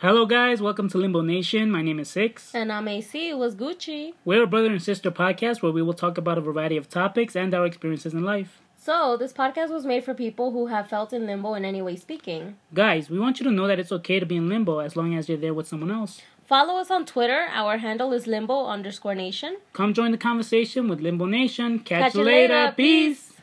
Hello, guys. Welcome to Limbo Nation. My name is Six. And I'm AC. It was Gucci. We're a brother and sister podcast where we will talk about a variety of topics and our experiences in life. So, this podcast was made for people who have felt in limbo in any way speaking. Guys, we want you to know that it's okay to be in limbo as long as you're there with someone else. Follow us on Twitter. Our handle is limbo underscore nation. Come join the conversation with Limbo Nation. Catch, you later. Peace.